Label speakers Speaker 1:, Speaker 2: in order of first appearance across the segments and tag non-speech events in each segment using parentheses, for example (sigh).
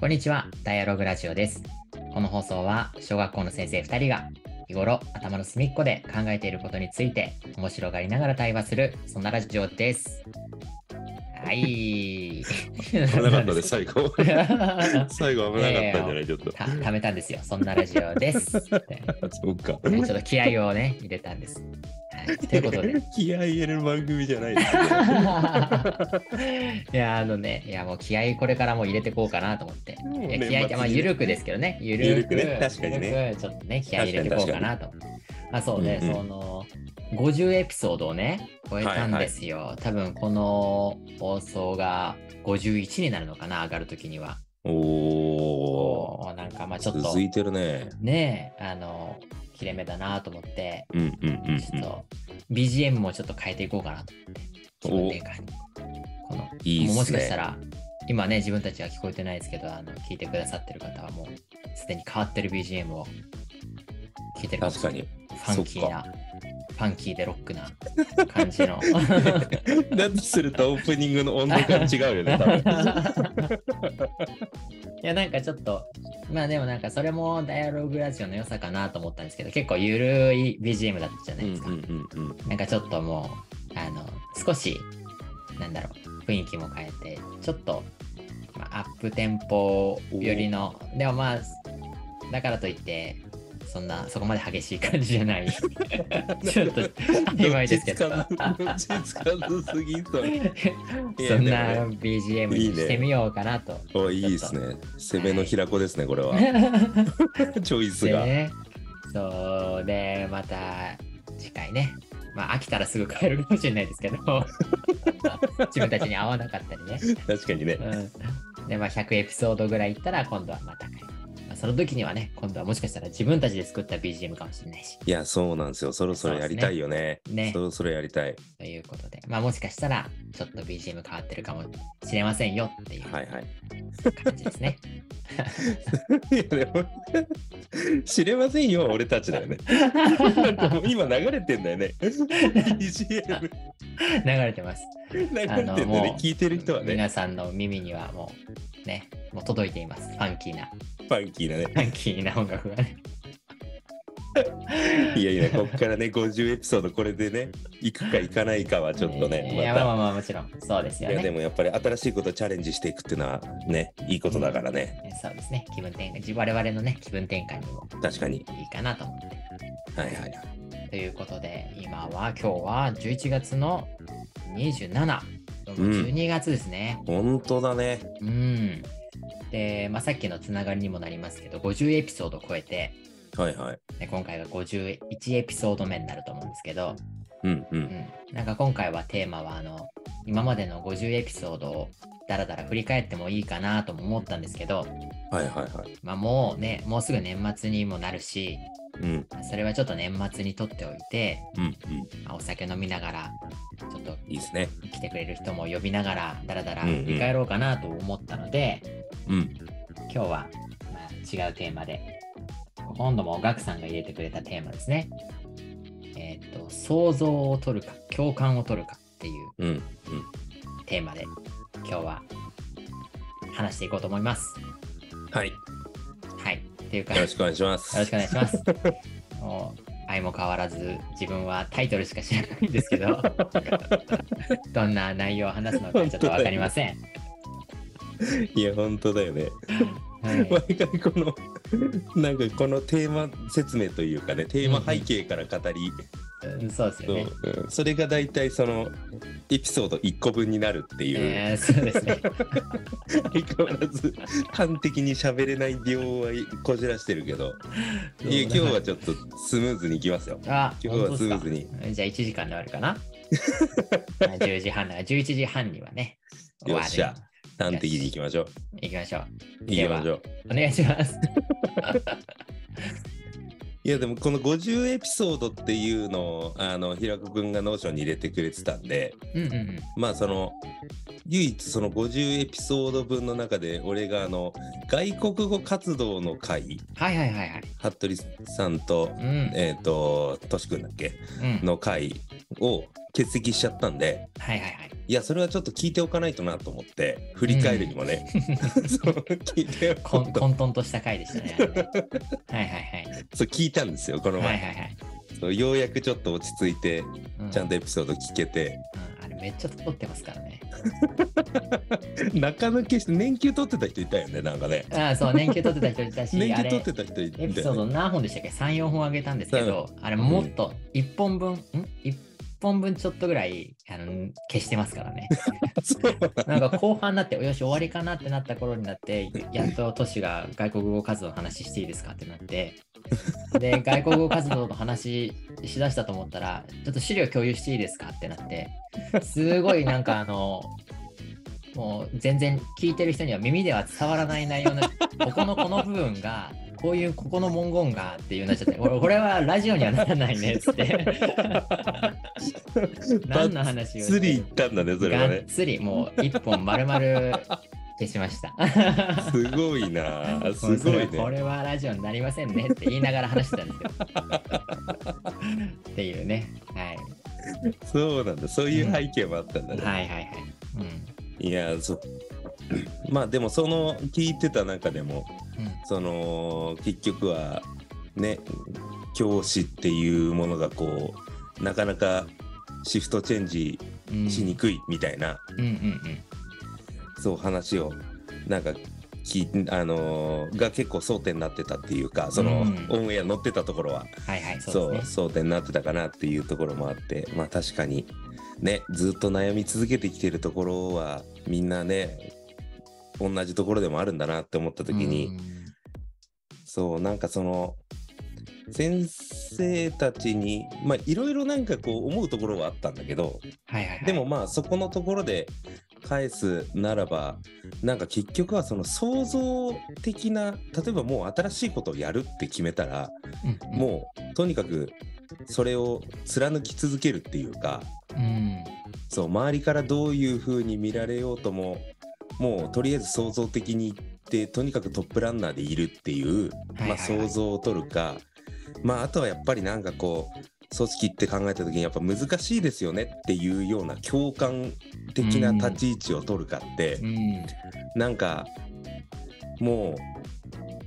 Speaker 1: こんにちは、ダイアログラジオです。この放送は小学校の先生2人が日頃頭の隅っこで考えていることについて面白がりながら対話するそんなラジオです。はい。危
Speaker 2: 危なかっ
Speaker 1: (laughs)
Speaker 2: たです、最後。最後危なかったんじゃないちょった
Speaker 1: 貯めたんですよ。そんなラジオ
Speaker 2: (laughs)
Speaker 1: です。ね
Speaker 2: と。そう
Speaker 1: ち
Speaker 2: か。
Speaker 1: ょっと気合をね、入れたんです。はい、ということ
Speaker 2: (laughs)
Speaker 1: で。
Speaker 2: 気合い入れる番組じゃないです
Speaker 1: いや、あのね、いやもう気合これからも入れてこうかなと思って。
Speaker 2: も
Speaker 1: い
Speaker 2: う
Speaker 1: や
Speaker 2: 年
Speaker 1: 気合って、まあ、
Speaker 2: 末に
Speaker 1: 緩くですけどね、緩く
Speaker 2: 緩くね確かにね
Speaker 1: 緩くちょっとね、気合入れていこうかなと。まあそうね、
Speaker 2: うんうん
Speaker 1: その、50エピソードをね、超えたんですよ。多分この放送が51になるのかな、上がるときには。
Speaker 2: お
Speaker 1: おーなんかまあちょっ
Speaker 2: ー。
Speaker 1: と
Speaker 2: 続、いてるね。
Speaker 1: ねえ、あの、切れ目だなと思って、
Speaker 2: うんうんうんうん。
Speaker 1: ちょっと、BGM もちょっと変えていこうかなと。気分転換にこの
Speaker 2: いいっすね
Speaker 1: もうもしかしたら、今ね、自分たちは聞こえてないですけど、あの聞いてくださってる方はもう、すでに変わってる BGM を聞いてるかも
Speaker 2: 確
Speaker 1: し
Speaker 2: か
Speaker 1: れない (laughs)
Speaker 2: に。
Speaker 1: ファンキーな、ファンキーでロックな感じ
Speaker 2: (laughs)
Speaker 1: の。 (laughs)
Speaker 2: だとするとオープニングの温度感違うよね、多分。
Speaker 1: いや、なんかちょっと、まあでもなんかそれもダイアログラジオの良さかなと思ったんですけど、結構ゆるい BGM だったじゃな
Speaker 2: う
Speaker 1: い
Speaker 2: ん
Speaker 1: ですか。
Speaker 2: うんうんうん。
Speaker 1: なんかちょっともう、あの、少し、なんだろう、雰囲気も変えて、ちょっと、まあ、アップテンポ寄りの、でもまあ、だからといって、そんな、そこまで激しい感じじゃ
Speaker 2: (laughs)
Speaker 1: ない。ちょっと、曖昧ですけど。
Speaker 2: どっちつかずどっちつかずすぎそ
Speaker 1: (laughs)
Speaker 2: うい
Speaker 1: そ
Speaker 2: や
Speaker 1: ん
Speaker 2: でも
Speaker 1: な
Speaker 2: ね
Speaker 1: BGM にしてみようかなと。
Speaker 2: おいいですね。攻めの平子ですね、これは。 (laughs) チョイ
Speaker 1: (laughs)
Speaker 2: ス
Speaker 1: で
Speaker 2: が。
Speaker 1: ね、そうで、また次回ね、まあ飽きたらすぐ帰るかもしれないですけ
Speaker 2: (laughs)
Speaker 1: ど、自分たちに合わなかったりね。
Speaker 2: 確かにね。
Speaker 1: うん、で、まあ、100エピソードぐらいいったら、今度はまた、まあ、その時にはね、今度はもしかしたら自分たちで作った BGM かもしれないし、
Speaker 2: いや、そうなんですよ。そろそろやりたいよね。
Speaker 1: そうですねね
Speaker 2: そろそろやりたい。
Speaker 1: ということで、まあ、もしかしたら、ちょっと BGM 変わってるかもしれませんよっていう
Speaker 2: はいはい。
Speaker 1: 感じですね。
Speaker 2: (laughs) いやでも (laughs) 知れませんよ、俺たちだ (laughs) よね。なんかもう今流れてんだ (laughs) よね。BGM
Speaker 1: 流れてます。
Speaker 2: 流れてんだよ
Speaker 1: あのもう
Speaker 2: (laughs) ね。聞いてる人はね、
Speaker 1: 皆さんの耳にはもう、ね、もう届いています。ファンキー
Speaker 2: (laughs)
Speaker 1: な、
Speaker 2: ファンキーなね。
Speaker 1: ファンキーな音楽がね。
Speaker 2: いやいや、こっからね、50エピソード、これでね、行くか行かないかはちょっとね、
Speaker 1: いや、まあま
Speaker 2: ま
Speaker 1: あまあ、もちろん、そうです
Speaker 2: た。
Speaker 1: よ
Speaker 2: いや、で
Speaker 1: ね。
Speaker 2: もやっぱり新しいことチャレンジしていくっていうのはね、いいことだからね。
Speaker 1: そうですね。気分転換、我々のね、気分転換にも
Speaker 2: 確かに。
Speaker 1: いいかなと思って。
Speaker 2: はいはいはい。
Speaker 1: ということで今は今日は11月の27
Speaker 2: うん
Speaker 1: 12月ですね。
Speaker 2: 本当だね。
Speaker 1: うん、で、まあ、さっきのつながりにもなりますけど50エピソード超えて、
Speaker 2: はいはい。
Speaker 1: ね、今回が51エピソード目になると思うんですけど、
Speaker 2: うんう。
Speaker 1: うんん、なんか今回はテーマはあの今までの50エピソードをだらだら振り返ってもいいかなとも思ったんですけど、
Speaker 2: はいはいはい。
Speaker 1: まあ、もうねもうすぐ年末にもなるし
Speaker 2: うん
Speaker 1: それはちょっと年末にとっておいて、
Speaker 2: うんうん。
Speaker 1: まあお酒飲みながらちょっと
Speaker 2: いいですね。
Speaker 1: 来てくれる人も呼びながらダラダラ
Speaker 2: うんうん
Speaker 1: 振り返ろうかなと思ったので、
Speaker 2: うん。
Speaker 1: 今日は、まあ違うテーマで今度もガクさんが入れてくれたテーマですねえーっと想像を取るか共感を取るかっていう
Speaker 2: うん。
Speaker 1: テーマで今日は話していこうと思います
Speaker 2: はい。よ
Speaker 1: はいっていうかよ
Speaker 2: ろ
Speaker 1: ろ
Speaker 2: し
Speaker 1: し
Speaker 2: くお願いします。
Speaker 1: くお願いします (laughs) もう相も変わらず自分はタイトルしか知らないんですけ
Speaker 2: (laughs)
Speaker 1: どどんな内容を話すのかちょっと分かりません、
Speaker 2: いや、本当だよね。
Speaker 1: はい
Speaker 2: 毎回このなんかこのテーマ説明というかねテーマ背景から語り、
Speaker 1: うんそうですよね。
Speaker 2: そううんそれが大体そのエピソード1個分になるっていう、
Speaker 1: えーそうですね。
Speaker 2: 相変わらず端的に喋れない量はこじらしてるけどいや今日はちょっとスムーズにいきますよ
Speaker 1: あ、
Speaker 2: 今日はスム
Speaker 1: 本
Speaker 2: ー
Speaker 1: 当
Speaker 2: ズに
Speaker 1: ですかじゃあ1時間で終わるかな。まあ10時半だから11時半にはね。終わ
Speaker 2: よ
Speaker 1: る
Speaker 2: っしゃ端的にいきましょう
Speaker 1: 行きましょう。
Speaker 2: いきましょう
Speaker 1: お願いします。
Speaker 2: いやでもこの50エピソードっていうのをあの平子くんがノーションに入れてくれてたんで
Speaker 1: うんうんうん。
Speaker 2: まあその唯一その50エピソード分の中で俺があの外国語活動の会
Speaker 1: はいはいはいはい。
Speaker 2: 服部さんと
Speaker 1: うん。うん
Speaker 2: えっ、ととしくんだっけ。の会を欠席しちゃったんで
Speaker 1: はいはいはい。
Speaker 2: いやそれはちょっと聞いておかないとなと思って振り返るにもね、 (laughs) そう聞いて
Speaker 1: こ
Speaker 2: お
Speaker 1: ん
Speaker 2: くと
Speaker 1: 混沌とした回でした
Speaker 2: (laughs)
Speaker 1: ね。あれねはいはい
Speaker 2: そう聞いたんですよこの
Speaker 1: はい。は
Speaker 2: 前、
Speaker 1: いはいはい。
Speaker 2: そうようやくちょっと落ち着いて
Speaker 1: う
Speaker 2: ちゃんとエピソード聞けて、
Speaker 1: うんあれめっちゃ撮ってますからね。
Speaker 2: 中抜けして年休取ってた人いたよねなんかね
Speaker 1: ああ、そう、年休取ってた人い
Speaker 2: (laughs)
Speaker 1: たし、
Speaker 2: 年
Speaker 1: あ
Speaker 2: 休
Speaker 1: れ
Speaker 2: 取っ、てた人いた
Speaker 1: エ
Speaker 2: よ
Speaker 1: ピソード
Speaker 2: ね
Speaker 1: 何本でしたっけ ?3、4本あげたんですけど、あれもっと1本分、ん ?1 本分ちょっとぐらいあの消してますからね。
Speaker 2: そう
Speaker 1: なんか後半になって、よし、終わりかなってなった頃になって、やっとトシが外国語活動の話していいですかってなって、で、外国語活動の話しだしたと思ったら、ちょっと資料共有していいですかってなって、すごいなんかあの、もう全然聞いてる人には耳では伝わらない内容な、ここのこの部分が、こういうここの文言がっていうようになっちゃって、これこれはラジオにはならないねっ
Speaker 2: (laughs)
Speaker 1: つって、何の話をして
Speaker 2: 釣り行ったんだねそれ
Speaker 1: が
Speaker 2: は
Speaker 1: っ
Speaker 2: ね
Speaker 1: つりもう一本丸々消しました。
Speaker 2: すごい
Speaker 1: (laughs)
Speaker 2: なあ (laughs) すごい
Speaker 1: こ
Speaker 2: ね
Speaker 1: れはラジオになりませんねって言いながら話してたんですよ。っていうね、はい。
Speaker 2: そうなんだそういう背景もあったんだね、
Speaker 1: はいはいはい。
Speaker 2: いやそう (coughs) まあでもその聞いてた中でも
Speaker 1: うん。うん、
Speaker 2: その結局はね教師っていうものがこうなかなかシフトチェンジ
Speaker 1: うん
Speaker 2: しにくいみたいな、
Speaker 1: うんうん
Speaker 2: そう話をなんかきあのーが結構争点になってたっていうかその、
Speaker 1: うん
Speaker 2: オンエア乗ってたところは
Speaker 1: うん。はいはい、
Speaker 2: そ,、
Speaker 1: そううですね。
Speaker 2: 争点になってたかなっていうところもあってまあ確かにねずっと悩み続けてきてるところはみんなね同じところでもあるんだなって思った時に、そうなんかその先生たちにまあいろいろなんかこう思うところはあったんだけど
Speaker 1: うん、はいはいはい。
Speaker 2: でも、まあそこのところで返すならばなんか結局はその創造的な例えばもう新しいことをやるって決めたら
Speaker 1: うんうん、
Speaker 2: もうとにかくそれを貫き続けるっていうか
Speaker 1: うん、
Speaker 2: そう周りからどういう風に見られようとももうとりあえず創造的にいってとにかくトップランナーでいるってい
Speaker 1: はいは
Speaker 2: う、
Speaker 1: いはい
Speaker 2: まあ、想像を取るか、まあ、あとはやっぱりなんかこう組織って考えた時にやっぱ難しいですよねっていうような共感的な立ち位置を取るかって、
Speaker 1: うん、
Speaker 2: なんかもう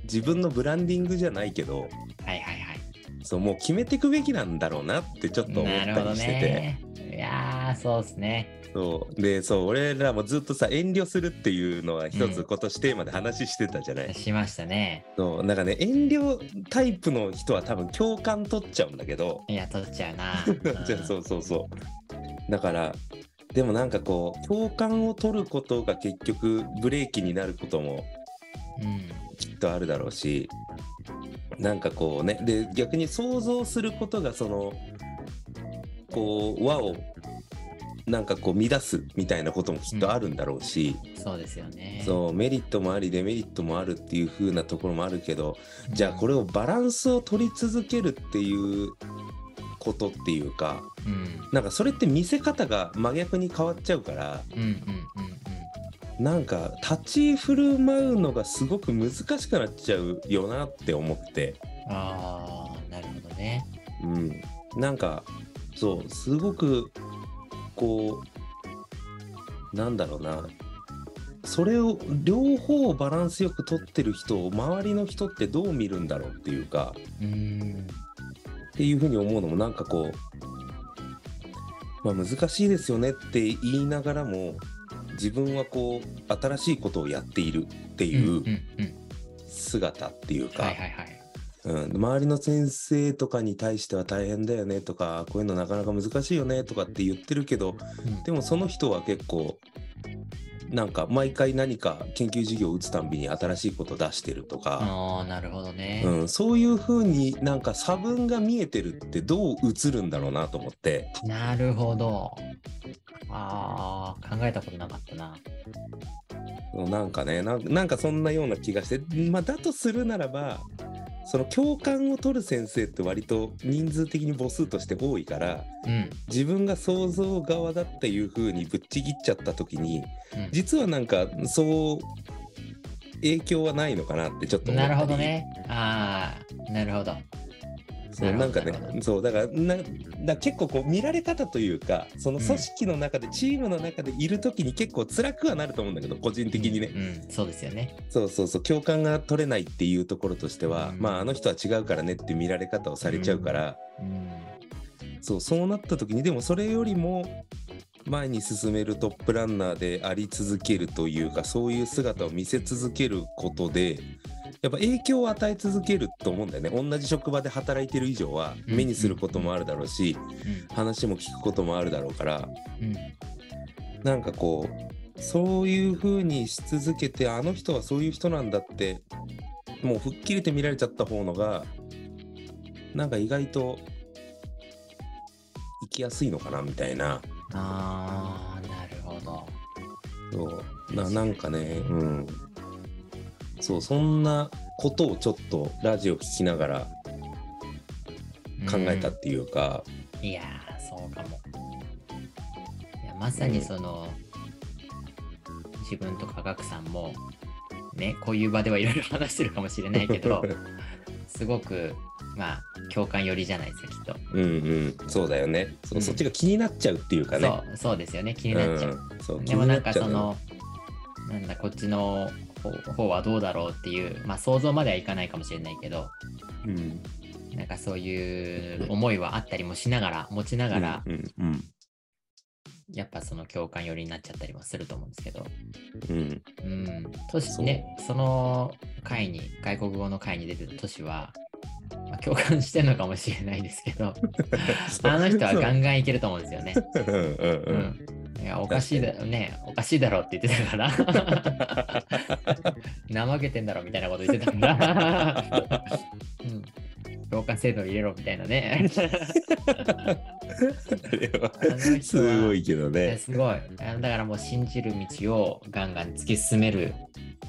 Speaker 2: 自分のブランディングじゃないけど
Speaker 1: はいはいはい。
Speaker 2: そうもう決めていくべきなんだろうなってちょっと思っ
Speaker 1: なる
Speaker 2: た
Speaker 1: ほど
Speaker 2: りしてて。
Speaker 1: ね。いやー、そうですね。
Speaker 2: そうでそう俺らもずっとさ遠慮するっていうのは一
Speaker 1: う
Speaker 2: つ
Speaker 1: ん
Speaker 2: 今年テーマで話してたじゃない、
Speaker 1: しましたね。
Speaker 2: そうなんかね遠慮タイプの人は多分共感取っちゃうんだけど、
Speaker 1: いや、取っちゃうな。
Speaker 2: (laughs) じゃあそううそうそうだからでもなんかこう共感を取ることが結局ブレーキになることも
Speaker 1: ん。うん
Speaker 2: きっとあるだろうしなんかこうねで逆に想像することがそのこう和をなんかこう乱すみたいなこともきっとあるんだろうし、
Speaker 1: そうですよね。
Speaker 2: そうメリットもありデメリットもあるっていう風なところもあるけど
Speaker 1: うん
Speaker 2: じゃあこれをバランスを取り続けるっていうことっていうか
Speaker 1: うん
Speaker 2: なんかそれって見せ方が真逆に変わっちゃうから
Speaker 1: うんうんうんうん。
Speaker 2: なんか立ち振る舞うのがすごく難しくなっちゃうよなって思って、
Speaker 1: ああ、なるほどね。
Speaker 2: うん、なんかそうすごくこうなんだろうなそれを両方をバランスよく取ってる人を周りの人ってどう見るんだろうっていうか
Speaker 1: うーん。
Speaker 2: っていうふうに思うのもなんかこう、まあ、難しいですよねって言いながらも自分はこう新しいことをやっているって
Speaker 1: うんうん。
Speaker 2: いううん姿っていうか、
Speaker 1: はいはいはい。
Speaker 2: うん、周りの先生とかに対しては大変だよねとかこういうのなかなか難しいよねとかって言ってるけど
Speaker 1: うん
Speaker 2: でもその人は結構なんか毎回何か研究授業を打つたんびに新しいことを出してるとか、
Speaker 1: ああ、なるほどね。
Speaker 2: うん、そういうふうになんか差分が見えてるってどう映るんだろうなと思って
Speaker 1: なるほど。ああ、考えたことなかったな。
Speaker 2: なんかねなんなんかそんなような気がして、まあ、だとするならばその共感を取る先生って割と人数的に母数として多いから
Speaker 1: うん
Speaker 2: 自分が想像側だっていう風にぶっちぎっちゃった時に
Speaker 1: うん
Speaker 2: 実はなんかそう影響はないのかなってちょっと思った
Speaker 1: な
Speaker 2: り
Speaker 1: るほどね。ああ、なるほど。
Speaker 2: そう
Speaker 1: な
Speaker 2: な
Speaker 1: る
Speaker 2: ん
Speaker 1: ほどな
Speaker 2: か
Speaker 1: るほ
Speaker 2: ね
Speaker 1: ど
Speaker 2: そうだからなだから結構こう見られ方というかその組織の中で、チームの中でいる時に結構辛くはなると思うんだけど個人的にね、
Speaker 1: うん、そうですよね。
Speaker 2: そうそうそう共感が取れないっていうところとしては、
Speaker 1: うん
Speaker 2: まああの人は違うからねって見られ方をされちゃうから、
Speaker 1: うん。
Speaker 2: そうそうなった時にでもそれよりも前に進めるトップランナーであり続けるというかそういう姿を見せ続けることでやっぱ影響を与え続けると思うんだよね同じ職場で働いてる以上は
Speaker 1: うん
Speaker 2: 目にすることもあるだろうし、
Speaker 1: う
Speaker 2: 話も聞くこともあるだろうから
Speaker 1: ん。
Speaker 2: なんかこうそういう風にし続けてあの人はそういう人なんだってもう吹っ切れて見られちゃった方のがなんか意外と生きやすいのかなみたいな
Speaker 1: ああ、なるほど。
Speaker 2: そうななんかねうんそうそんなことをちょっとラジオ聞きながら考えたっていうか、
Speaker 1: うんいやー、そうかも。いやまさにその、自分とかガクさんも、ね、こういう場ではいろいろ話してるかもしれないけど、すごく、まあ、共感寄りじゃないですか、きっと。
Speaker 2: (laughs) うんうんそうだよねそ
Speaker 1: う
Speaker 2: う、
Speaker 1: ん
Speaker 2: そっちが気になっちゃうっていうかね
Speaker 1: そう、そうですよね、気になっちゃう。
Speaker 2: うん、そう
Speaker 1: でもなんか
Speaker 2: 気
Speaker 1: そ
Speaker 2: にっ
Speaker 1: のなんだこっちの方方はどうだろうっていうまあ想像まではいかないかもしれないけど
Speaker 2: ちゃうのようん
Speaker 1: なんかそういう思いはあったりもしながら持ちながら、
Speaker 2: うんうん
Speaker 1: やっぱその共感寄りになっちゃったりもすると思うんですけど
Speaker 2: うん
Speaker 1: うんトシねその会に外国語の会に出てるトシは、まあ、共感してるのかもしれないですけ
Speaker 2: (laughs)
Speaker 1: どあの人はガンガンいけると思うんですよね。
Speaker 2: そううんうんう
Speaker 1: うんんいやおかしいだろねおかしいだろって言ってた
Speaker 2: (laughs)
Speaker 1: から怠けてんだろみたいなこと言ってたから、うん、評価制度入れろみたいなねあの人は
Speaker 2: あれはすごいけど
Speaker 1: いや
Speaker 2: ね
Speaker 1: すごいあのだからもう信じる道をガンガン突き進める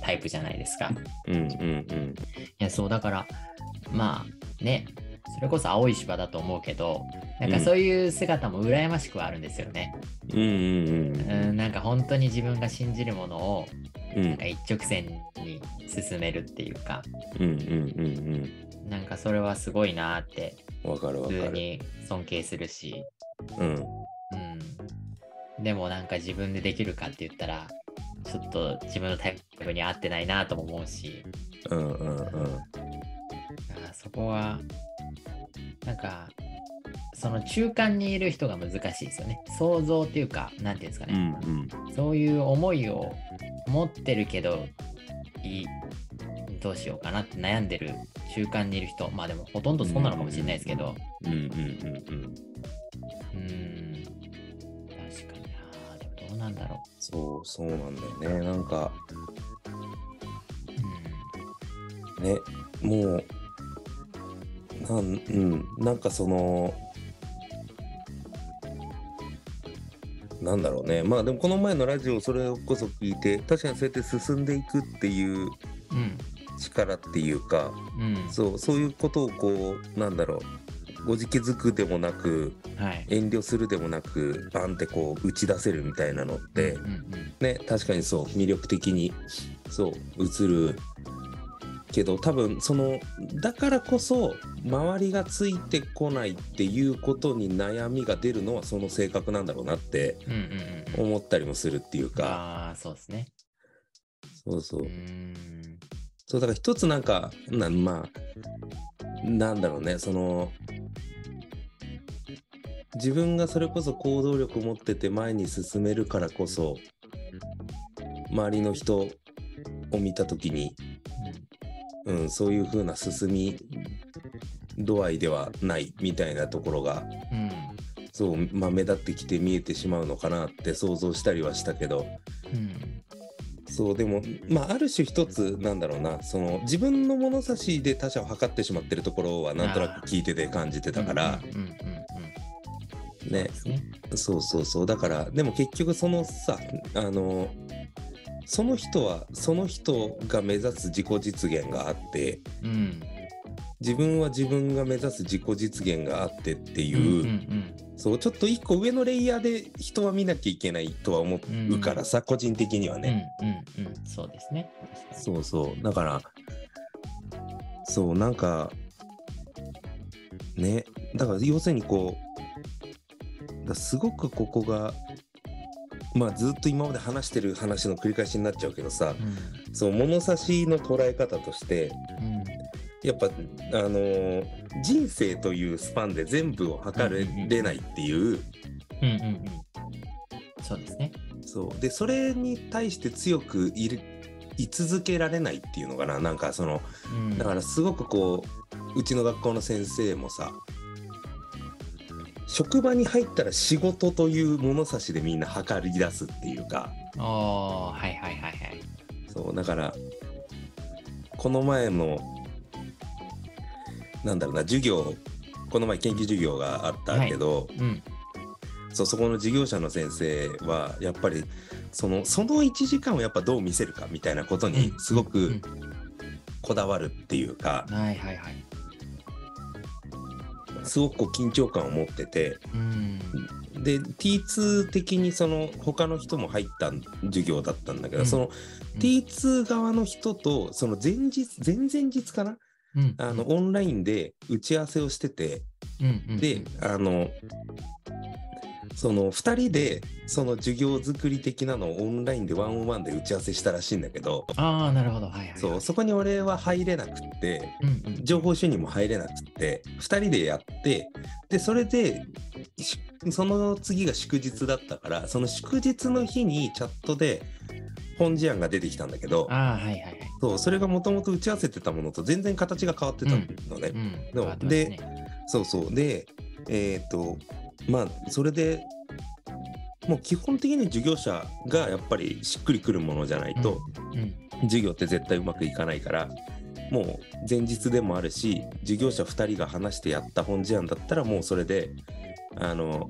Speaker 1: タイプじゃないですかい
Speaker 2: うんうん
Speaker 1: やそうだからまあねそれこそ青い芝だと思うけどなんかそういう姿も羨ましくはあるんですよね、
Speaker 2: うんうんうん
Speaker 1: うん、なんか本当に自分が信じるものを
Speaker 2: うん
Speaker 1: なんか一直線に進めるっていうか
Speaker 2: うんうんうん
Speaker 1: なんかそれはすごいなーって
Speaker 2: うんわかるわ
Speaker 1: 普
Speaker 2: か
Speaker 1: 通
Speaker 2: る
Speaker 1: に尊敬するし、
Speaker 2: うん
Speaker 1: うん、でもなんか自分でできるかって言ったらちょっと自分のタイプに合ってないなとも思うし
Speaker 2: うんうんうん
Speaker 1: あーそこはなんかその中間にいる人が難しいですよね想像っていうか何ていうんですか
Speaker 2: う
Speaker 1: ね、
Speaker 2: んうん
Speaker 1: そういう思いを持ってるけどいいどうしようかなって悩んでる中間にいる人まあでもほとんどそうなのかもしれないですけど
Speaker 2: うんうんうんうん
Speaker 1: うーん確かになでもどうなんだろ
Speaker 2: そうそうなんだよねなんか
Speaker 1: う
Speaker 2: ねもうなんうんなんかそのなんだろうねまあでもこの前のラジオそれこそ聞いて確かにそうやって進んでいくっていう
Speaker 1: うん
Speaker 2: 力っていうか
Speaker 1: うんうん
Speaker 2: そうそういうことをこうなんだろうごじけづくでもなく
Speaker 1: はい
Speaker 2: 遠慮するでもなくバンってこう打ち出せるみたいなのって
Speaker 1: うんうん
Speaker 2: ね確かにそう魅力的にそう映るけど多分そのだからこそ周りがついてこないっていうことに悩みが出るのはその性格なんだろうなって
Speaker 1: うんうんうんうん
Speaker 2: 思ったりもするっていうか
Speaker 1: ああそうですね
Speaker 2: そうそうう
Speaker 1: ーん
Speaker 2: そうだから一つなんかなまあなんだろうねその自分がそれこそ行動力持ってて前に進めるからこそ周りの人を見た時に、うん、そういう風な進み度合いではないみたいなところが
Speaker 1: うん
Speaker 2: そう、まあ、目立ってきて見えてしまうのかなって想像したりはしたけど
Speaker 1: うん
Speaker 2: そうでも、まあ、ある種一つなんだろうなその自分の物差しで他者を測ってしまってるところはなんとなく聞いてて感じてたから
Speaker 1: うん、うんうんうんうん
Speaker 2: ね
Speaker 1: ですね
Speaker 2: そうそうそうだからでも結局そのさあのその人はその人が目指す自己実現があって
Speaker 1: うん
Speaker 2: 自分は自分が目指す自己実現があってっていう、
Speaker 1: うんうん
Speaker 2: そうちょっと一個上のレイヤーで人は見なきゃいけないとは思うからさ、個人的には
Speaker 1: うん、
Speaker 2: ね、
Speaker 1: うんうんうんそうですね
Speaker 2: そうそうだからそうなんかねだから要するにこうだからすごくここがまあずっと今まで話してる話の繰り返しになっちゃうけどさ
Speaker 1: う
Speaker 2: そう物差しの捉え方として
Speaker 1: んうん
Speaker 2: やっぱあのー人生というスパンで全部を測れないっていう。
Speaker 1: うんうんうんそうですね
Speaker 2: そうでそれに対して強くいる居続けられないっていうのかななんかその
Speaker 1: うん
Speaker 2: だからすごくこううちの学校の先生もさ職場に入ったら仕事という物差しでみんな測り出すっていうか
Speaker 1: ああーはいはいはいはい
Speaker 2: そうだからこの前のなんだろうな授業この前研究授業があったけど、
Speaker 1: うん
Speaker 2: そうそこの事業者の先生はやっぱりそのその1時間をやっぱどう見せるかみたいなことにすご
Speaker 1: う
Speaker 2: く
Speaker 1: ん
Speaker 2: こだわるっていうか
Speaker 1: はいはいはい
Speaker 2: すごくこう緊張感を持ってて
Speaker 1: うん
Speaker 2: で T2 的にその他の人も入った授業だったんだけど、
Speaker 1: うん
Speaker 2: その T2 側の人とその前日前々日かな
Speaker 1: うん
Speaker 2: あのオンラインで打ち合わせをしてて
Speaker 1: うんうん
Speaker 2: であのその2人でその授業作り的なのをオンラインでワンオンワンで打ち合わせしたらしいんだけど
Speaker 1: ああなるほどはいはいはい
Speaker 2: そうそこに俺は入れなくって
Speaker 1: うんうん
Speaker 2: 情報収入も入れなくって2人でやってでそれでしその次が祝日だったからその祝日の日にチャットで本事案が出てきたんだけど
Speaker 1: ああはいはいはい
Speaker 2: そうそれがもともと打ち合わせてたものと全然形が変わってたのね。
Speaker 1: うん
Speaker 2: でも
Speaker 1: 変わってますね
Speaker 2: そうそう。で、えっ、と、まあ、それで、もう基本的に授業者がやっぱりしっくりくるものじゃないと、
Speaker 1: うん
Speaker 2: 授業って絶対うまくいかないから、もう前日でもあるし、授業者2人が話してやった本事案だったら、もうそれで、あの、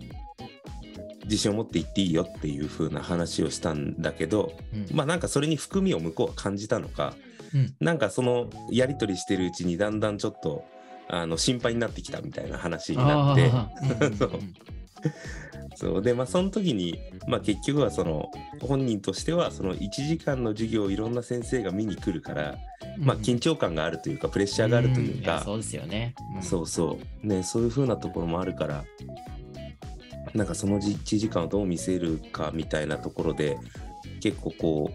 Speaker 2: 自信を持って言っていいよっていう風な話をしたんだけど、
Speaker 1: うん
Speaker 2: まあなんかそれに含みを向こうは感じたのか、
Speaker 1: うん
Speaker 2: なんかそのやり取りしてるうちにだんだんちょっとあの心配になってきたみたいな話になって
Speaker 1: あーうんうんうん
Speaker 2: そうそうでまあその時に、まあ、結局はその本人としてはその1時間の授業をいろんな先生が見に来るから、まあ、緊張感があるというかプレッシャーがあるという
Speaker 1: うんや
Speaker 2: か、
Speaker 1: そうですよねうん
Speaker 2: そうそうねそういう風なところもあるからなんかその1時間をどう見せるかみたいなところで結構こ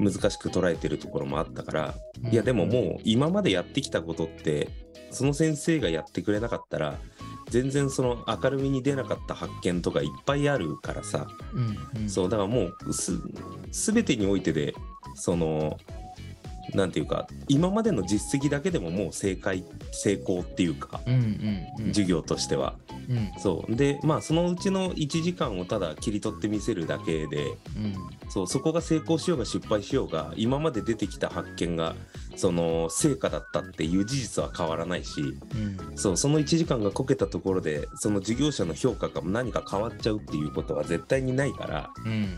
Speaker 2: う難しく捉えてるところもあったからいやでももう今までやってきたことってその先生がやってくれなかったら全然その明るみに出なかった発見とかいっぱいあるからさ、
Speaker 1: うんうん
Speaker 2: そうだからもうす全てにおいてでそのなんていうか今までの実績だけでももう正解成功っていうか、
Speaker 1: うんうんうん
Speaker 2: 授業としては
Speaker 1: うん
Speaker 2: そうでまあそのうちの1時間をただ切り取ってみせるだけで
Speaker 1: うん
Speaker 2: そうそこが成功しようが失敗しようが今まで出てきた発見がその成果だったっていう事実は変わらないし
Speaker 1: うん
Speaker 2: そうその1時間がこけたところでその事業者の評価が何か変わっちゃうっていうことは絶対にないから
Speaker 1: うん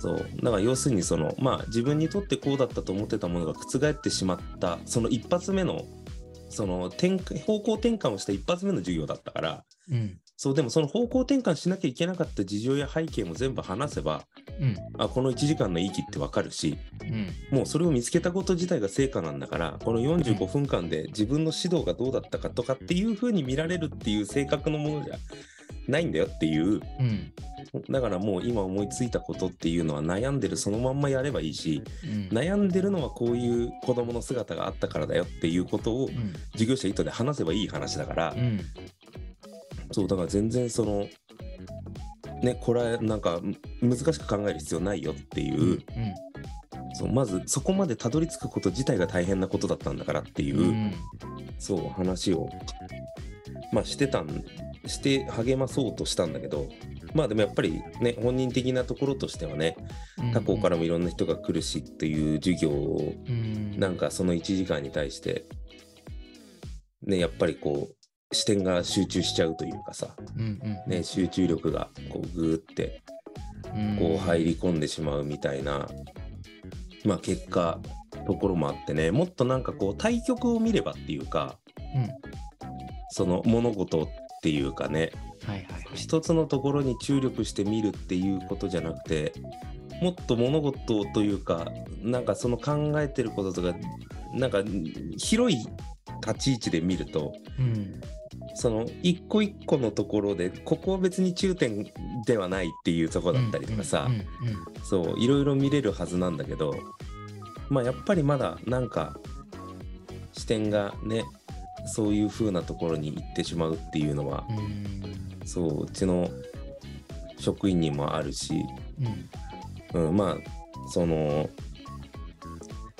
Speaker 2: そうだから要するにそのまあ自分にとってこうだったと思ってたものが覆ってしまったその一発目のその転換方向転換をした一発目の授業だったから
Speaker 1: うん
Speaker 2: そうでもその方向転換しなきゃいけなかった事情や背景も全部話せば
Speaker 1: うん
Speaker 2: あこの1時間の息ってわかるし
Speaker 1: うん
Speaker 2: もうそれを見つけたこと自体が成果なんだからこの45分間で自分の指導がどうだったかとかっていう風に見られるっていう性格のものじゃないんだよっていう
Speaker 1: うん
Speaker 2: だからもう今思いついたことっていうのは悩んでるそのまんまやればいいし
Speaker 1: うん
Speaker 2: 悩んでるのはこういう子どもの姿があったからだよっていうことを
Speaker 1: うん
Speaker 2: 事業者意図で話せばいい話だから
Speaker 1: う、ん
Speaker 2: そうだから全然そのねこれはなんかむ難しく考える必要ないよっていう、
Speaker 1: うん
Speaker 2: そうまずそこまでたどり着くこと自体が大変なことだったんだからっていう、
Speaker 1: うん
Speaker 2: そう話をまあしてたんして励まそうとしたんだけどまあでもやっぱりね本人的なところとしてはね他校からもいろんな人が来るしっていう授業を
Speaker 1: うん
Speaker 2: なんかその1時間に対してねやっぱりこう視点が集中しちゃうというかさ
Speaker 1: うんうん
Speaker 2: ね、集中力がこうグーってこう入り込んでしまうみたいな、まあ結果ところもあってねもっとなんかこう対局を見ればっていうか
Speaker 1: うん。
Speaker 2: その物事っていうかね
Speaker 1: はいはいはい。
Speaker 2: 一つのところに注力して見るっていうことじゃなくてもっと物事というかなんかその考えてることとかなんか広い立ち位置で見ると
Speaker 1: うん。
Speaker 2: その一個一個のところでここは別に中点ではないっていうところだったりとかさ、
Speaker 1: うんうんうん
Speaker 2: そういろいろ見れるはずなんだけどまあやっぱりまだなんか視点がねそういう風なところに行ってしまうっていうのは
Speaker 1: う、ん
Speaker 2: そううちの職員にもあるし、
Speaker 1: うん
Speaker 2: うん、まあその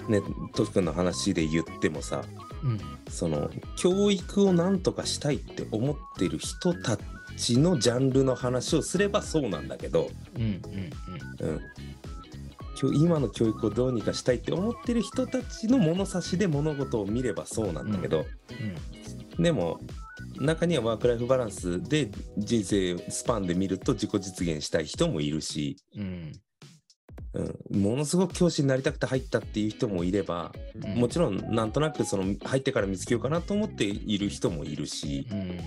Speaker 2: ねトシ君の話で言ってもさ
Speaker 1: うん
Speaker 2: その教育をなんとかしたいって思ってる人たちのジャンルの話をすればそうなんだけど、
Speaker 1: うんうんうん
Speaker 2: うん、きょ今の教育をどうにかしたいって思ってる人たちの物差しで物事を見ればそうなんだけど、でも中にはワーク・ライフ・バランスで人生スパンで見ると自己実現したい人もいるし、
Speaker 1: うんうん
Speaker 2: うん、ものすごく教師になりたくて入ったっていう人もいれば、
Speaker 1: うん
Speaker 2: もちろんなんとなくその入ってから見つけようかなと思っている人もいるし。
Speaker 1: うん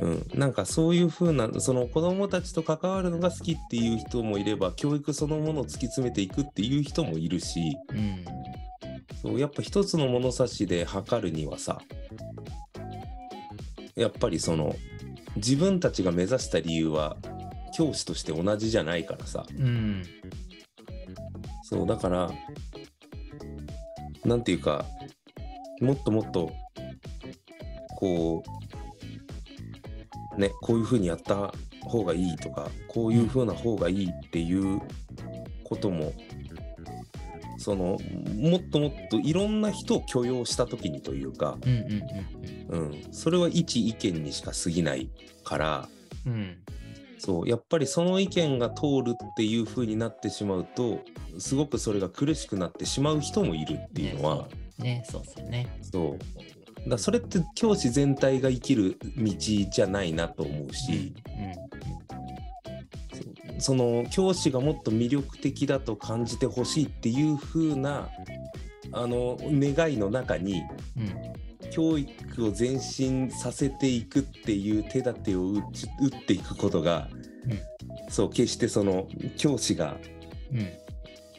Speaker 2: うん、なんかそういう風なその子どもたちと関わるのが好きっていう人もいれば教育そのものを突き詰めていくっていう人もいるし
Speaker 1: うん
Speaker 2: そうやっぱ一つの物差しで測るにはさやっぱりその自分たちが目指した理由は教師として同じじゃないからさ
Speaker 1: うん
Speaker 2: そうだからなんていうかもっともっとこうねこういう風にやった方がいいとかこういう風な方がいいっていうこともそのもっともっといろんな人を許容した時にというか、
Speaker 1: うんうん
Speaker 2: うん、それは一意見にしか過ぎないから
Speaker 1: うんうん
Speaker 2: そうやっぱりその意見が通るっていう風になってしまうとすごくそれが苦しくなってしまう人もいるっていうのは、
Speaker 1: ねそうねそうっすよね
Speaker 2: そうだからそれって教師全体が生きる道じゃないなと思うし、その教師がもっと魅力的だと感じてほしいっていう風なあの願いの中に
Speaker 1: うん
Speaker 2: 教育を前進させていくっていう手立てを打ち打っていくことが、
Speaker 1: うん
Speaker 2: そう決してその教師が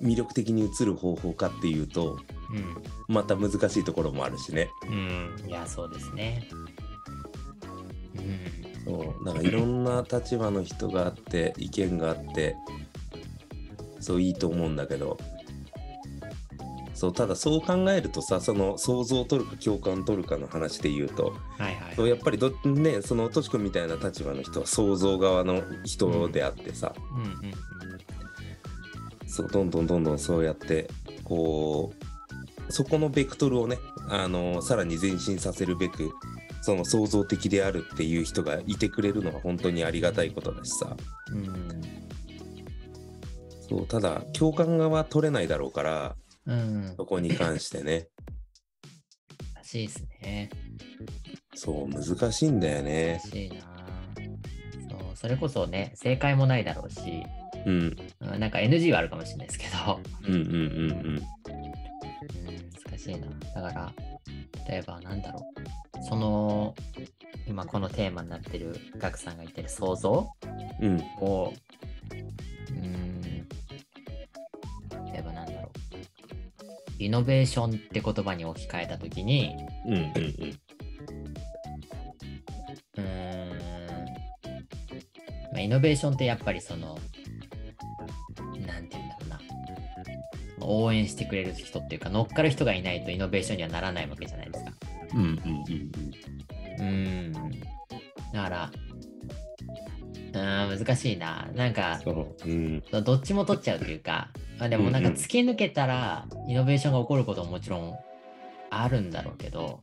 Speaker 1: うん
Speaker 2: 魅力的に映る方法かっていうとまた難しいところもあるしね
Speaker 1: うんうんいやそうですねうん
Speaker 2: そうなんかいろんな立場の人があって意見があってそういいと思うんだけどそうただそう考えるとさその想像を取るか共感を取るかの話で言うと
Speaker 1: はいはい
Speaker 2: そうやっぱりどねそのとしくんみたいな立場の人は想像側の人であってさ、
Speaker 1: うんうん
Speaker 2: そうどんどんどんどんそうやってこうそこのベクトルをねあのさらに前進させるべくその創造的であるっていう人がいてくれるのは本当にありがたいことだしさ
Speaker 1: うんうん
Speaker 2: そうただ共感側は取れないだろうから
Speaker 1: うん
Speaker 2: そこに関してね (laughs)
Speaker 1: らしいですね
Speaker 2: そう難しいんだよ
Speaker 1: ら
Speaker 2: ね
Speaker 1: しいなそうそれこそね正解もないだろうし
Speaker 2: うん
Speaker 1: うんなんか NG はあるかもしれないですけど
Speaker 2: うんうんうん
Speaker 1: うん難しいな。だから、例えばなんだろう。その、今このテーマになってる、ガクさんが言ってる想像
Speaker 2: うんうん
Speaker 1: を、うん、例えばなんだろう。リノベーションって言葉に置き換えたときに、
Speaker 2: うんうんうん
Speaker 1: うーん、まあ、イノベーションってやっぱりその、なんて言うんだろうな。応援してくれる人っていうか、乗っかる人がいないとイノベーションにはならないわけじゃないですか。
Speaker 2: うんうんうん
Speaker 1: うん。だから、うん、難しいな。なんか、
Speaker 2: そううん
Speaker 1: どどっちも取っちゃうというか、まあ、でもなんか
Speaker 2: うんうん
Speaker 1: 突き抜けたら、イノベーションが起こることももちろんあるんだろうけど、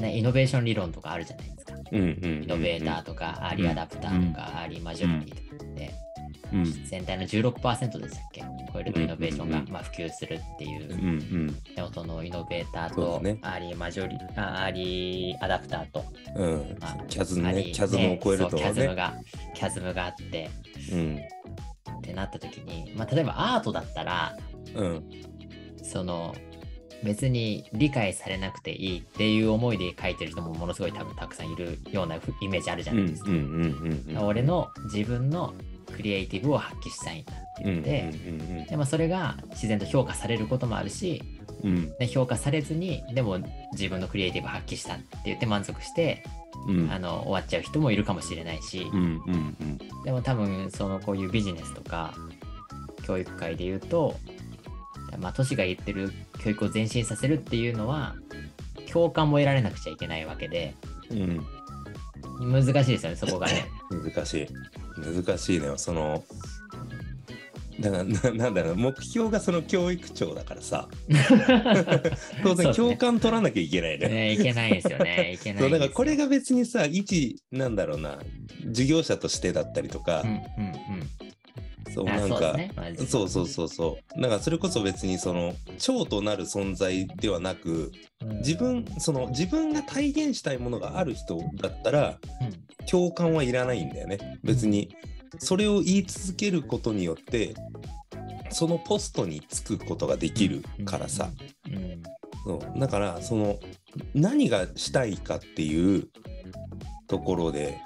Speaker 1: ね、イノベーション理論とかあるじゃないですか。
Speaker 2: うんうん
Speaker 1: イノベーターとか、アーリーアダプターとか、アーリーマジョリティとかって、
Speaker 2: うん
Speaker 1: 全体の16%でしたっけ超えるとイノベーション
Speaker 2: うん
Speaker 1: が
Speaker 2: うんう
Speaker 1: まあ普及するっていううん
Speaker 2: うん
Speaker 1: でもそのイノベーター
Speaker 2: そうだ
Speaker 1: と
Speaker 2: ね
Speaker 1: アーリーマジョリ、あアーリーアダプターと
Speaker 2: うんうん
Speaker 1: まあ
Speaker 2: キャズム
Speaker 1: あ
Speaker 2: ね
Speaker 1: り
Speaker 2: キャズムを超えると
Speaker 1: そうキャズム
Speaker 2: ね
Speaker 1: がキャズムがあって
Speaker 2: うん
Speaker 1: ってなった時に、まあ、例えばアートだったら
Speaker 2: うん
Speaker 1: その別に理解されなくていいっていう思いで書いてる人もものすごい多分たくさんいるようなふイメージあるじゃ
Speaker 2: う
Speaker 1: な
Speaker 2: んう
Speaker 1: い
Speaker 2: ん
Speaker 1: ですか。
Speaker 2: うんうん。
Speaker 1: 俺の自分のクリエイティブを発揮したいんだ。
Speaker 2: うん
Speaker 1: で
Speaker 2: うんうんうん
Speaker 1: でもそれが自然と評価されることもあるし、
Speaker 2: うん
Speaker 1: ね、評価されずにでも自分のクリエイティブを発揮したって言って満足して
Speaker 2: うん
Speaker 1: あの終わっちゃう人もいるかもしれないし、
Speaker 2: うんうんうん
Speaker 1: でも多分そのこういうビジネスとか教育界で言うと、まあ、都市が言ってる教育を前進させるっていうのは共感も得られなくちゃいけないわけで
Speaker 2: うん
Speaker 1: 難しいですよねそこが
Speaker 2: (laughs)
Speaker 1: ね。
Speaker 2: 難しい難しいねそのだからななんだろう目標がその教育長だからさ当
Speaker 1: そう
Speaker 2: 然
Speaker 1: ですね
Speaker 2: 共感取らなきゃいけないね
Speaker 1: ねいけないですよね。いけない
Speaker 2: そうだ
Speaker 1: です
Speaker 2: か
Speaker 1: よ
Speaker 2: らこれが別にさ一なんだろうな事業者としてだったりとか
Speaker 1: うん、うん
Speaker 2: そう
Speaker 1: うん。あ
Speaker 2: なん
Speaker 1: そうです
Speaker 2: か
Speaker 1: ね。まあ
Speaker 2: そうそうそうそうだからそれこそ別にその長となる存在ではなく
Speaker 1: うん
Speaker 2: 自分その自分が体現したいものがある人だったら
Speaker 1: うん
Speaker 2: 共感はいらないんだよね別にそれを言い続けることによってそのポストにつくことができるからさ、
Speaker 1: うん
Speaker 2: そうだからその何がしたいかっていうところで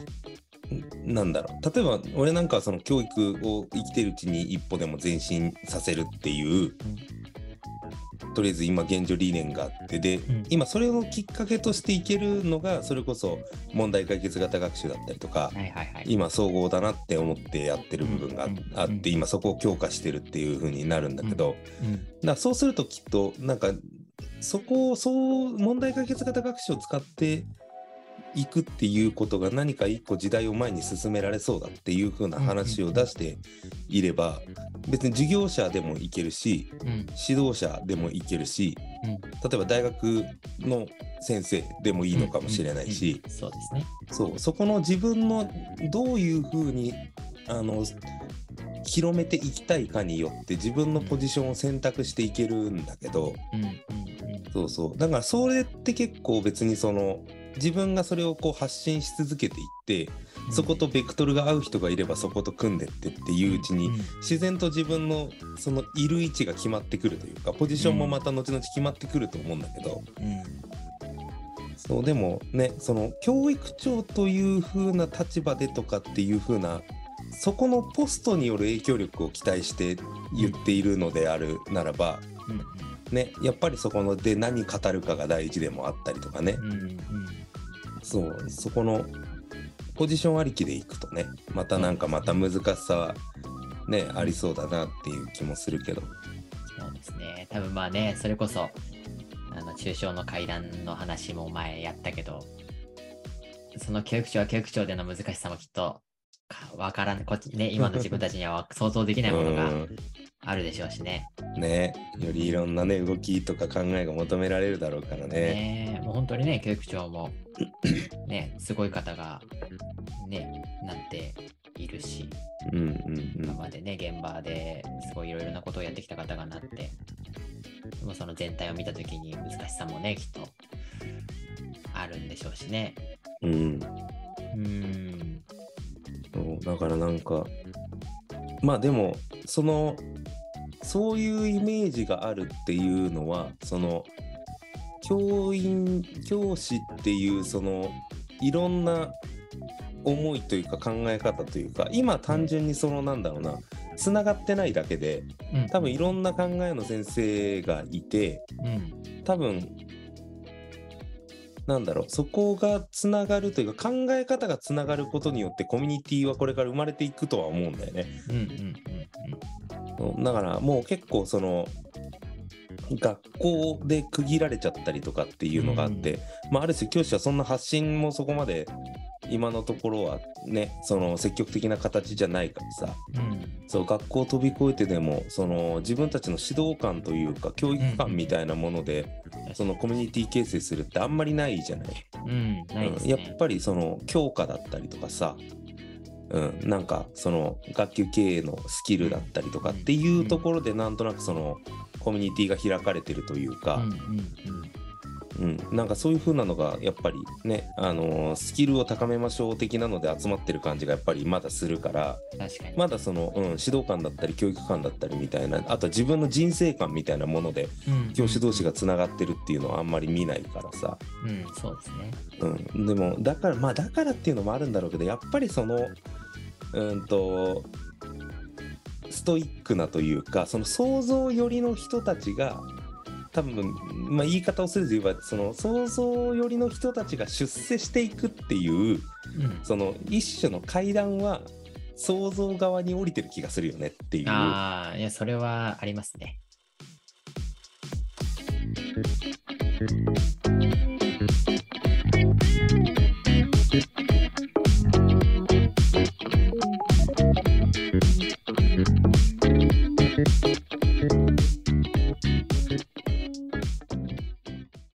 Speaker 2: んなんだろう例えば俺なんかはその教育を生きてるうちに一歩でも前進させるっていうとりあえず今現状理念があってで、
Speaker 1: ん
Speaker 2: 今それをきっかけとしていけるのがそれこそ問題解決型学習だったりとか、
Speaker 1: はいはいはい。
Speaker 2: 今総合だなって思ってやってる部分があ
Speaker 1: うんうん
Speaker 2: あって今そこを強化してるっていう風になるんだけど、
Speaker 1: うん
Speaker 2: だからそうするときっとなんかそこをそう問題解決型学習を使っていくっていうことが何か一個時代を前に進められそうだっていう風な話を出していれば別に事業者でもいけるし
Speaker 1: うん
Speaker 2: 指導者でもいけるし
Speaker 1: うん
Speaker 2: 例えば大学の先生でもいいのかもしれないし。
Speaker 1: うんうんそうですね。
Speaker 2: そうそこの自分のどういうふうにあの広めていきたいかによって自分のポジションを選択していけるんだけど
Speaker 1: うんうんうん
Speaker 2: そうそうだからそれって結構別にその自分がそれをこう発信し続けていってそことベクトルが合う人がいればそこと組んでってっていううちに
Speaker 1: んん
Speaker 2: 自然と自分のそのいる位置が決まってくるというかポジションもまた後々決まってくると思うんだけど、
Speaker 1: うん
Speaker 2: そうでもねその教育長という風な立場でとかっていう風なそこのポストによる影響力を期待して言っているのであるならば、
Speaker 1: うん
Speaker 2: ね、やっぱりそこので何語るかが大事でもあったりとかね、
Speaker 1: うんうんうん
Speaker 2: そうそこのポジションありきでいくとねまたなんかまた難しさは、ね、ありそうだなっていう気もするけど。
Speaker 1: そうですね。多分まあね、それこそ、あの、中小の会談の話も前やったけど、その教育長は教育長での難しさもきっと、かわからん、こっちね、今の自分たちにはわ想像できないもの
Speaker 2: う
Speaker 1: が
Speaker 2: ん
Speaker 1: あるでしょうしね。
Speaker 2: ね、よりいろんなね動きとか考えが求められるだろうからね。
Speaker 1: ねえもう本当にね、教育長も、ね、すごい方が、ね、なっているし、
Speaker 2: うんうんう
Speaker 1: 今
Speaker 2: ん
Speaker 1: までね、現場ですごいいろいろなことをやってきた方がなって、でもその全体を見たときに難しさもね、きっとあるんでしょうしね。
Speaker 2: うん、
Speaker 1: うん。
Speaker 2: そうだからなんかまあでもそのそういうイメージがあるっていうのはその教員教師っていうそのいろんな思いというか考え方というか今単純にそのなんだろうなつながってないだけで
Speaker 1: うん
Speaker 2: 多分いろんな考えの先生がいて、
Speaker 1: うん。
Speaker 2: 多分なんだろうそこがつながるというか考え方がつながることによってコミュニティはこれから生まれていくとは思うんだよね
Speaker 1: うんうんうん
Speaker 2: うんだからもう結構その学校で区切られちゃったりとかっていうのがあって、まあ、ある種教師はそんな発信もそこまで今のところはねその積極的な形じゃないからさ
Speaker 1: うん。
Speaker 2: そう学校を飛び越えてでもその自分たちの指導官というか教育
Speaker 1: うんう
Speaker 2: 官
Speaker 1: ん
Speaker 2: みたいなもので、
Speaker 1: うん。
Speaker 2: そのコミュニティ形成するってあんまりないじゃない。
Speaker 1: うん。ないです
Speaker 2: うんや
Speaker 1: ね
Speaker 2: っ。ぱりその教科だったりとかさ、うん、なんかその学級経営のスキルだったりとかっていうところでなんとなくそのコミュニティが開かれてるという
Speaker 1: う
Speaker 2: か
Speaker 1: ん、うんうん。
Speaker 2: うん、なんかそういう風なのがやっぱりね、あのースキルを高めましょう的なので集まってる感じがやっぱりまだするから
Speaker 1: 確かに。
Speaker 2: まだその、うん、指導官だったり教育官だったりみたいなあと自分の人生観みたいなもので
Speaker 1: うん
Speaker 2: 教師同士がつながってるっていうのはあんまり見ないからさ、
Speaker 1: うん、そうですね。
Speaker 2: うん、でもだからまあだからっていうのもあるんだろうけどやっぱりそのうんとストイックなというかその想像寄りの人たちが多分、まあ、言い方をすると言えばその想像寄りの人たちが出世していくってい
Speaker 1: う
Speaker 2: う
Speaker 1: ん。
Speaker 2: その一種の階段は想像側に降りてる気がするよねっていう。
Speaker 1: ああ、いや、それはありますね。